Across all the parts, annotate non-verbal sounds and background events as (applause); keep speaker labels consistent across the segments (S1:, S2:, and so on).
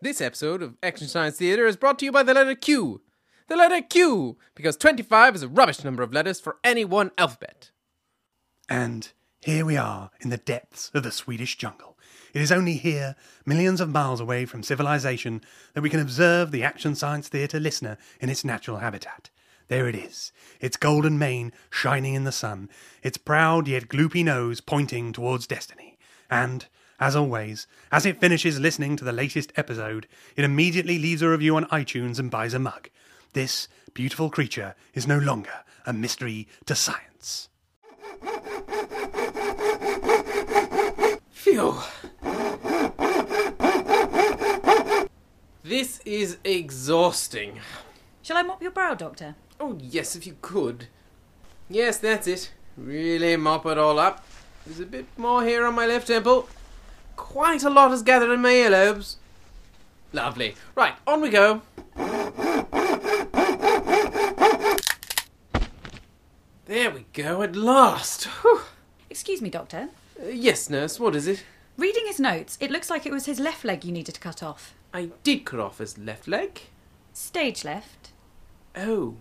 S1: This episode of Action Science Theater is brought to you by the letter Q. The letter Q, because 25 is a rubbish number of letters for any one alphabet.
S2: And here we are in the depths of the Swedish jungle. It is only here, millions of miles away from civilization, that we can observe the Action Science Theatre listener in its natural habitat. There it is, its golden mane shining in the sun, its proud yet gloopy nose pointing towards destiny. And, as always, as it finishes listening to the latest episode, it immediately leaves a review on iTunes and buys a mug. This beautiful creature is no longer a mystery to science.
S1: Phew. This is exhausting.
S3: Shall I mop your brow, Doctor?
S1: Oh, yes, if you could. Yes, that's it. Really mop it all up. There's a bit more here on my left temple. Quite a lot has gathered in my earlobes. Lovely. Right, on we go. There we go, at last. Whew.
S3: Excuse me, Doctor.
S1: Uh, yes, nurse, what is it?
S3: Reading his notes, it looks like it was his left leg you needed to cut off.
S1: I did cut off his left leg.
S3: Stage left.
S1: Oh.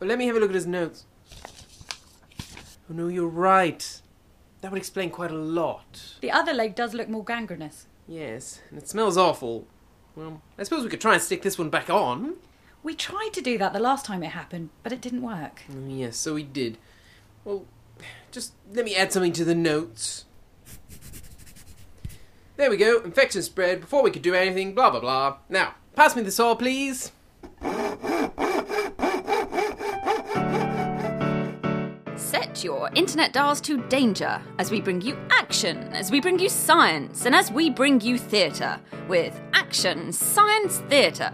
S1: Well, let me have a look at his notes. Oh, no, you're right. That would explain quite a lot.
S3: The other leg does look more gangrenous.
S1: Yes, and it smells awful. Well, I suppose we could try and stick this one back on.
S3: We tried to do that the last time it happened, but it didn't work.
S1: Mm, Yes, so we did. Well, just let me add something to the notes. There we go. Infection spread before we could do anything, blah blah blah. Now, pass me the saw, please.
S4: Set your internet dials to danger as we bring you action, as we bring you science, and as we bring you theatre with Action Science Theatre.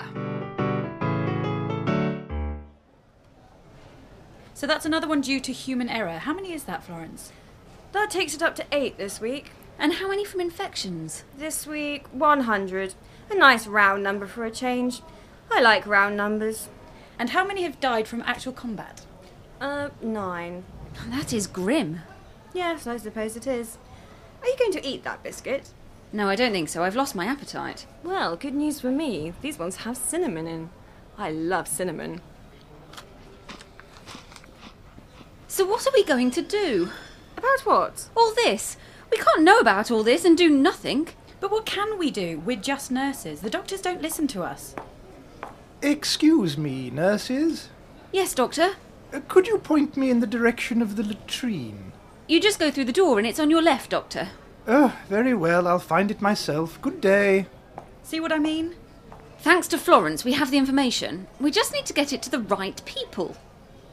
S3: So that's another one due to human error. How many is that, Florence?
S5: That takes it up to eight this week.
S4: And how many from infections?
S5: This week, 100. A nice round number for a change. I like round numbers.
S3: And how many have died from actual combat?
S5: Uh, nine.
S4: That is grim.
S5: Yes, I suppose it is. Are you going to eat that biscuit?
S4: No, I don't think so. I've lost my appetite.
S5: Well, good news for me. These ones have cinnamon in. I love cinnamon.
S4: So, what are we going to do?
S5: About what?
S4: All this? We can't know about all this and do nothing.
S3: But what can we do? We're just nurses. The doctors don't listen to us.
S6: Excuse me, nurses.
S4: Yes, Doctor.
S6: Uh, Could you point me in the direction of the latrine?
S4: You just go through the door and it's on your left, Doctor.
S6: Oh, very well, I'll find it myself. Good day.
S3: See what I mean?
S4: Thanks to Florence, we have the information. We just need to get it to the right people.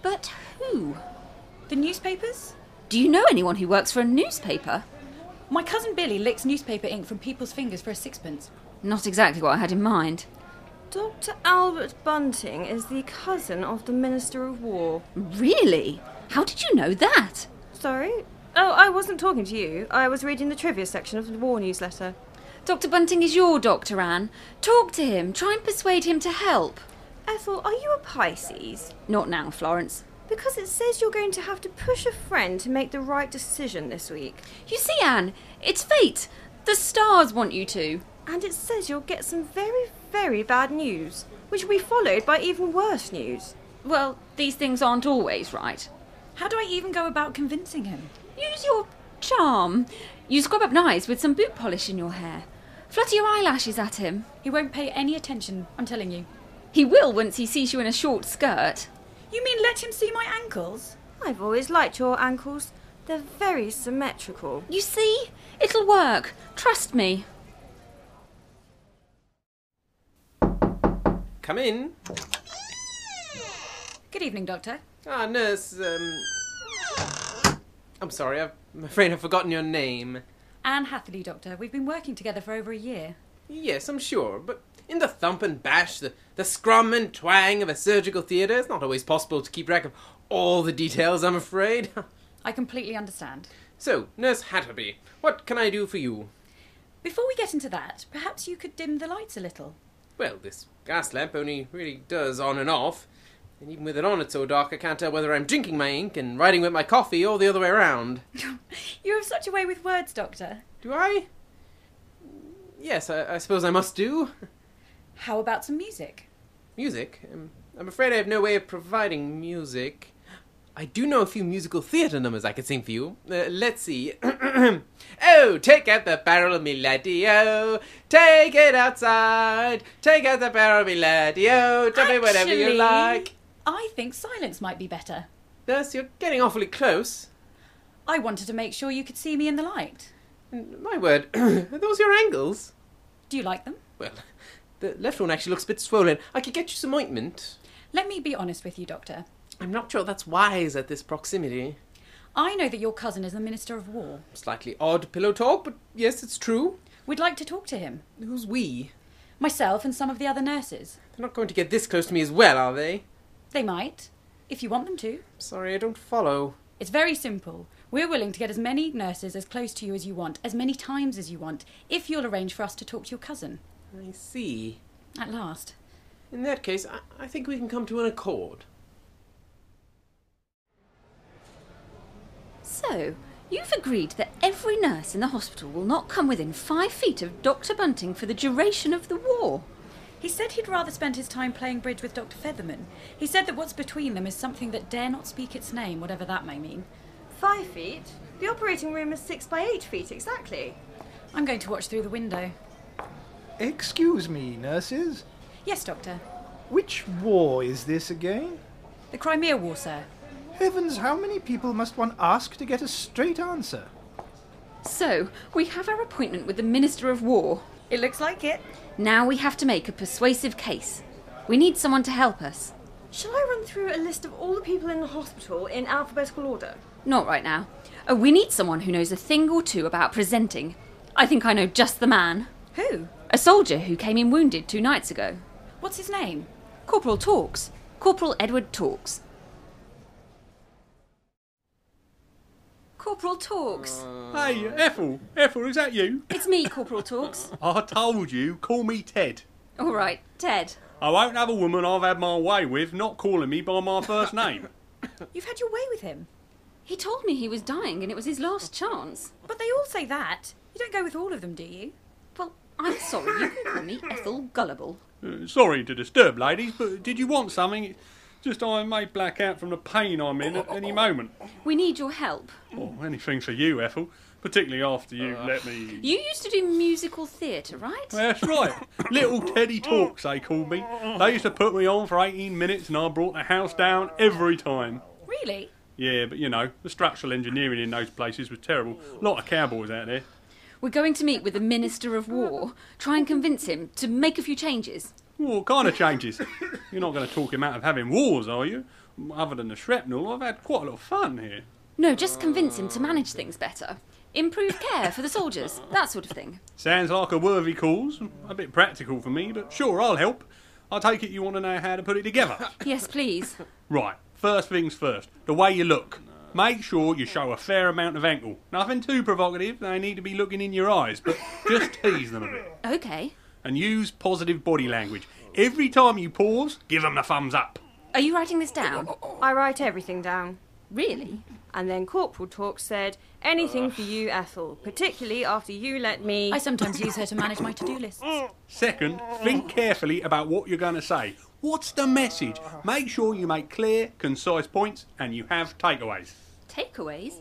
S4: But who?
S3: The newspapers?
S4: Do you know anyone who works for a newspaper?
S3: My cousin Billy licks newspaper ink from people's fingers for a sixpence.
S4: Not exactly what I had in mind.
S5: Dr. Albert Bunting is the cousin of the Minister of War.
S4: Really? How did you know that?
S5: Sorry? Oh, I wasn't talking to you. I was reading the trivia section of the war newsletter.
S4: Dr. Bunting is your Dr. Anne. Talk to him. Try and persuade him to help.
S5: Ethel, are you a Pisces?
S4: Not now, Florence.
S5: Because it says you're going to have to push a friend to make the right decision this week.
S4: You see, Anne, it's fate. The stars want you to.
S5: And it says you'll get some very, very bad news, which will be followed by even worse news.
S4: Well, these things aren't always right.
S3: How do I even go about convincing him?
S4: Use your charm. You scrub up nice with some boot polish in your hair. Flutter your eyelashes at him.
S3: He won't pay any attention, I'm telling you.
S4: He will once he sees you in a short skirt.
S3: You mean let him see my ankles?
S5: I've always liked your ankles. They're very symmetrical.
S4: You see? It'll work. Trust me.
S1: Come in.
S3: Good evening, Doctor.
S1: Ah, nurse. Um, I'm sorry. I've- I'm afraid I've forgotten your name.
S3: Anne Hatherley, Doctor. We've been working together for over a year.
S1: Yes, I'm sure, but in the thump and bash, the, the scrum and twang of a surgical theatre, it's not always possible to keep track of all the details, I'm afraid. (laughs)
S3: I completely understand.
S1: So, Nurse Hatterby, what can I do for you?
S3: Before we get into that, perhaps you could dim the lights a little.
S1: Well, this gas lamp only really does on and off, and even with it on, it's so dark I can't tell whether I'm drinking my ink and writing with my coffee or the other way around.
S3: You have such a way with words, Doctor.
S1: Do I? Yes, I, I suppose I must do.
S3: How about some music?
S1: Music? Um, I'm afraid I have no way of providing music. I do know a few musical theatre numbers I could sing for you. Uh, let's see. (clears throat) oh, take out the barrel, me laddie, oh. Take it outside. Take out the barrel, me laddie, oh. Tell me whatever you
S3: Actually,
S1: like.
S3: I think silence might be better.
S1: Nurse, you're getting awfully close.
S3: I wanted to make sure you could see me in the light.
S1: And My word, (clears throat) are those your angles?
S3: Do you like them?
S1: Well, the left one actually looks a bit swollen. I could get you some ointment.
S3: Let me be honest with you, Doctor.
S1: I'm not sure that's wise at this proximity.
S3: I know that your cousin is the Minister of War.
S1: Slightly odd pillow talk, but yes, it's true.
S3: We'd like to talk to him.
S1: Who's we?
S3: Myself and some of the other nurses.
S1: They're not going to get this close to me as well, are they?
S3: They might, if you want them to.
S1: Sorry, I don't follow.
S3: It's very simple. We're willing to get as many nurses as close to you as you want, as many times as you want, if you'll arrange for us to talk to your cousin.
S1: I see.
S3: At last.
S1: In that case, I, I think we can come to an accord.
S4: So, you've agreed that every nurse in the hospital will not come within five feet of Dr. Bunting for the duration of the war.
S3: He said he'd rather spend his time playing bridge with Dr. Featherman. He said that what's between them is something that dare not speak its name, whatever that may mean.
S5: Five feet? The operating room is six by eight feet exactly.
S3: I'm going to watch through the window.
S6: Excuse me, nurses.
S3: Yes, Doctor.
S6: Which war is this again?
S3: The Crimea War, sir.
S6: Heavens, how many people must one ask to get a straight answer?
S4: So, we have our appointment with the Minister of War.
S5: It looks like it.
S4: Now we have to make a persuasive case. We need someone to help us.
S5: Shall I run through a list of all the people in the hospital in alphabetical order?
S4: Not right now. Oh, we need someone who knows a thing or two about presenting. I think I know just the man.
S3: Who?
S4: A soldier who came in wounded two nights ago.
S3: What's his name?
S4: Corporal Talks. Corporal Edward Talks. Corporal Talks.
S2: Hey, Ethel, Ethel, is that you?
S4: It's me, Corporal Talks.
S2: I told you, call me Ted.
S4: (laughs) All right, Ted.
S2: I won't have a woman I've had my way with not calling me by my first name.
S3: You've had your way with him.
S4: He told me he was dying and it was his last chance.
S3: But they all say that. You don't go with all of them, do you?
S4: Well, I'm sorry, you can call me Ethel Gullible.
S2: (laughs) Uh, Sorry to disturb, ladies, but did you want something? Just I may black out from the pain I'm in at any moment.
S4: We need your help.
S2: Oh, anything for you, Ethel. Particularly after you let me. (laughs)
S4: You used to do musical theatre, right?
S2: That's right. Little Teddy Talks, they called me. They used to put me on for 18 minutes and I brought the house down every time.
S3: Really?
S2: Yeah, but you know, the structural engineering in those places was terrible. A lot of cowboys out there.
S4: We're going to meet with the Minister of War, try and convince him to make a few changes.
S2: What kind of changes? You're not going to talk him out of having wars, are you? Other than the shrapnel, I've had quite a lot of fun here.
S4: No, just convince him to manage things better. Improve care for the soldiers, that sort of thing.
S2: Sounds like a worthy cause. A bit practical for me, but sure, I'll help. I take it you want to know how to put it together.
S4: Yes, please.
S2: right, first things first the way you look. Make sure you show a fair amount of ankle. Nothing too provocative, they need to be looking in your eyes, but just tease them a bit.
S4: Okay.
S2: And use positive body language. Every time you pause, give them the thumbs up.
S4: Are you writing this down?
S5: I write everything down.
S4: Really?
S5: And then Corporal Talk said, Anything for you, Ethel, particularly after you let me.
S3: I sometimes use her to manage my to do lists.
S2: Second, think carefully about what you're going to say. What's the message? Make sure you make clear, concise points and you have takeaways.
S4: Takeaways?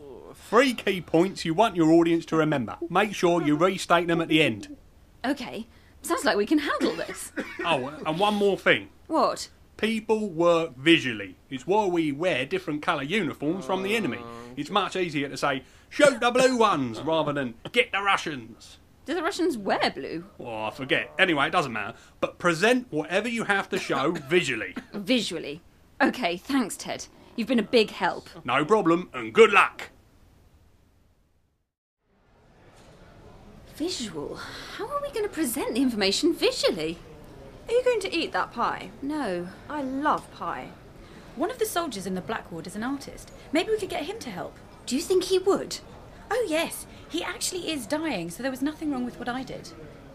S2: Three key points you want your audience to remember. Make sure you restate them at the end.
S4: Okay. Sounds like we can handle this.
S2: Oh, and one more thing.
S4: What?
S2: People work visually. It's why we wear different colour uniforms from the enemy. It's much easier to say, shoot the blue ones, rather than get the Russians.
S4: Do the Russians wear blue?
S2: Oh, I forget. Anyway, it doesn't matter. But present whatever you have to show visually.
S4: Visually. Okay, thanks, Ted. You've been a big help.
S2: No problem, and good luck.
S4: Visual? How are we going to present the information visually?
S5: Are you going to eat that pie?
S4: No.
S5: I love pie.
S3: One of the soldiers in the Black Ward is an artist. Maybe we could get him to help.
S4: Do you think he would?
S3: Oh, yes. He actually is dying, so there was nothing wrong with what I did.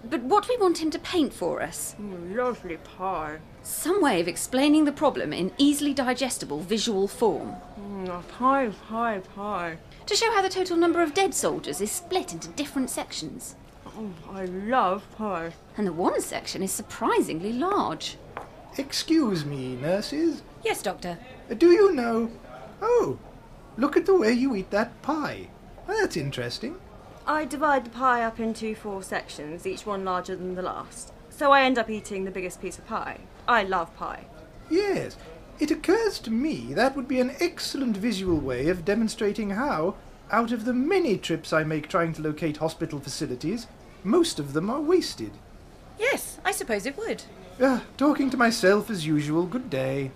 S4: But what do we want him to paint for us?
S5: Mm, lovely pie.
S4: Some way of explaining the problem in easily digestible visual form.
S5: Mm, a pie, pie, pie.
S4: To show how the total number of dead soldiers is split into different sections.
S5: Oh, I love pies.
S4: and the one section is surprisingly large.
S6: Excuse me, nurses. Uh,
S3: Yes, Doctor.
S6: Do you know? Oh, look at the way you eat that pie. That's interesting.
S5: I divide the pie up into four sections, each one larger than the last. So I end up eating the biggest piece of pie. I love pie.
S6: Yes, it occurs to me that would be an excellent visual way of demonstrating how, out of the many trips I make trying to locate hospital facilities, most of them are wasted.
S3: Yes, I suppose it would.
S6: Ah, talking to myself as usual, good day.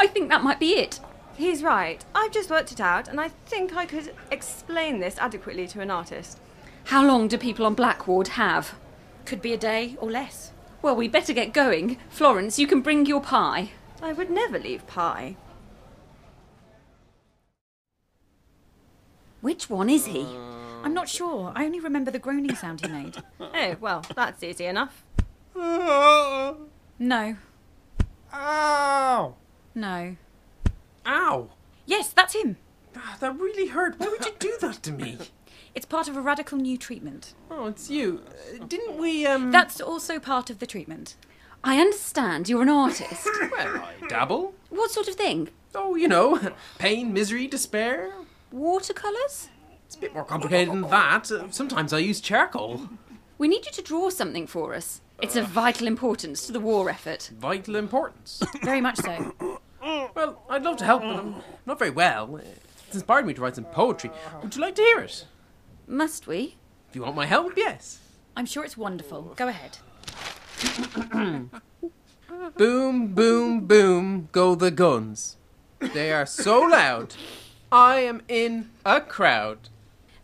S4: I think that might be it.
S5: He's right. I've just worked it out, and I think I could explain this adequately to an artist.
S4: How long do people on Blackwood have?
S3: Could be a day or less.
S4: Well, we better get going. Florence, you can bring your pie.
S5: I would never leave pie.
S4: Which one is he?
S3: I'm not sure. I only remember the groaning sound he made.
S5: Oh, well, that's easy enough.
S3: No,
S1: Uh, Ow!
S3: no.
S1: Ow!
S3: Yes, that's him.
S1: Ah, that really hurt. Why would you do that to me?
S3: It's part of a radical new treatment.
S1: (laughs) Oh, it's you. Uh, didn't we, um.
S3: That's also part of the treatment.
S4: I understand you're an artist.
S1: Well, I dabble.
S4: what sort of thing?
S1: Oh, you know, (laughs) pain, misery, despair.
S4: Watercolours?
S1: It's a bit more complicated than that. Uh, Sometimes I use charcoal.
S4: We need you to draw something for us. It's of vital importance to the war effort.
S1: Vital (laughs) importance.
S3: Very much so.
S1: Well, I'd love to help, but I'm not very well. It's inspired me to write some poetry. Would you like to hear it?
S4: Must we?
S1: If you want my help, yes.
S3: I'm sure it's
S4: Oh.
S3: wonderful. Go ahead.
S1: Boom, boom, boom, go the guns. They are so loud. I am in a crowd.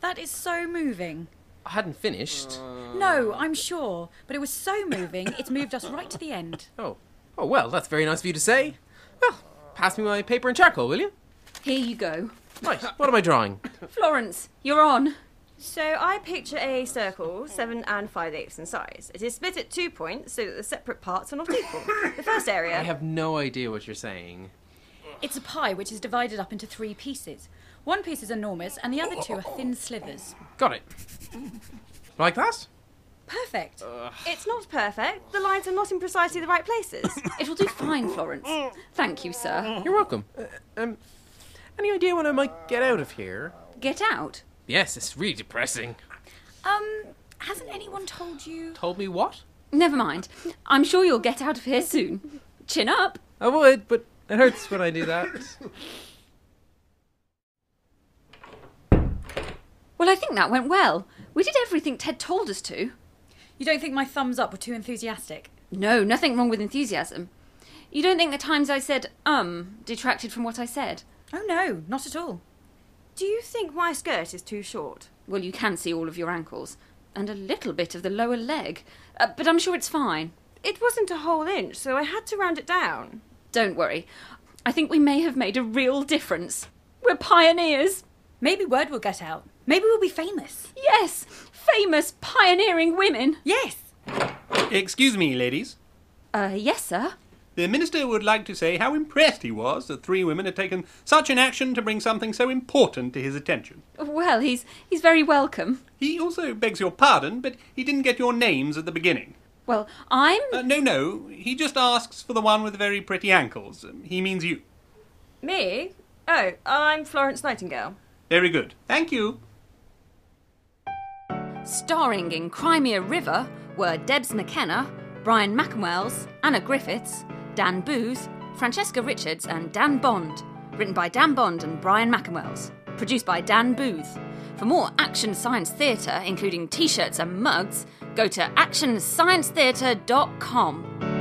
S3: That is so moving.
S1: I hadn't finished.
S3: No, I'm sure. But it was so moving, it's moved us right to the end.
S1: Oh, oh well, that's very nice of you to say. Well, pass me my paper and charcoal, will you?
S4: Here you go.
S1: Right, what am I drawing?
S4: Florence, you're on.
S5: So I picture a circle, seven and five eighths in size. It is split at two points so that the separate parts are not equal. The first area.
S1: I have no idea what you're saying.
S3: It's a pie which is divided up into three pieces. One piece is enormous, and the other two are (laughs) thin slivers.
S1: Got it. Like that?
S3: Perfect.
S5: It's not perfect. The lines are not in precisely the right places.
S4: It'll do fine, Florence. Thank you, sir.
S1: You're welcome. Uh, um, any idea when I might get out of here?
S4: Get out.
S1: Yes, it's really depressing.
S3: Um, hasn't anyone told you?
S1: Told me what?
S4: Never mind. I'm sure you'll get out of here soon. Chin up.
S1: I would, but it hurts when I do that.
S4: Well, I think that went well. We did everything Ted told us to.
S3: You don't think my thumbs up were too enthusiastic?
S4: No, nothing wrong with enthusiasm. You don't think the times I said um detracted from what I said?
S3: Oh no, not at all.
S5: Do you think my skirt is too short?
S4: Well, you can see all of your ankles and a little bit of the lower leg, uh, but I'm sure it's fine.
S5: It wasn't a whole inch, so I had to round it down.
S4: Don't worry. I think we may have made a real difference. We're pioneers.
S3: Maybe word will get out. Maybe we'll be famous.
S4: Yes, famous pioneering women.
S3: Yes.
S7: Excuse me, ladies.
S4: Uh, yes, sir.
S7: The minister would like to say how impressed he was that three women had taken such an action to bring something so important to his attention.
S4: Well, he's he's very welcome.
S7: He also begs your pardon, but he didn't get your names at the beginning.
S4: Well, I'm
S7: Uh, no, no, he just asks for the one with the very pretty ankles. Um, He means you.
S5: Me? Oh, I'm Florence Nightingale.
S7: Very good. Thank you.
S4: starring in Crimea River were Debs McKenna, Brian McInwells, Anna Griffiths, Dan Booth, Francesca Richards, and Dan Bond. Written by Dan Bond and Brian McInwells. Produced by Dan Booth. For more Action Science Theatre, including t shirts and mugs, go to actionsciencetheatre.com.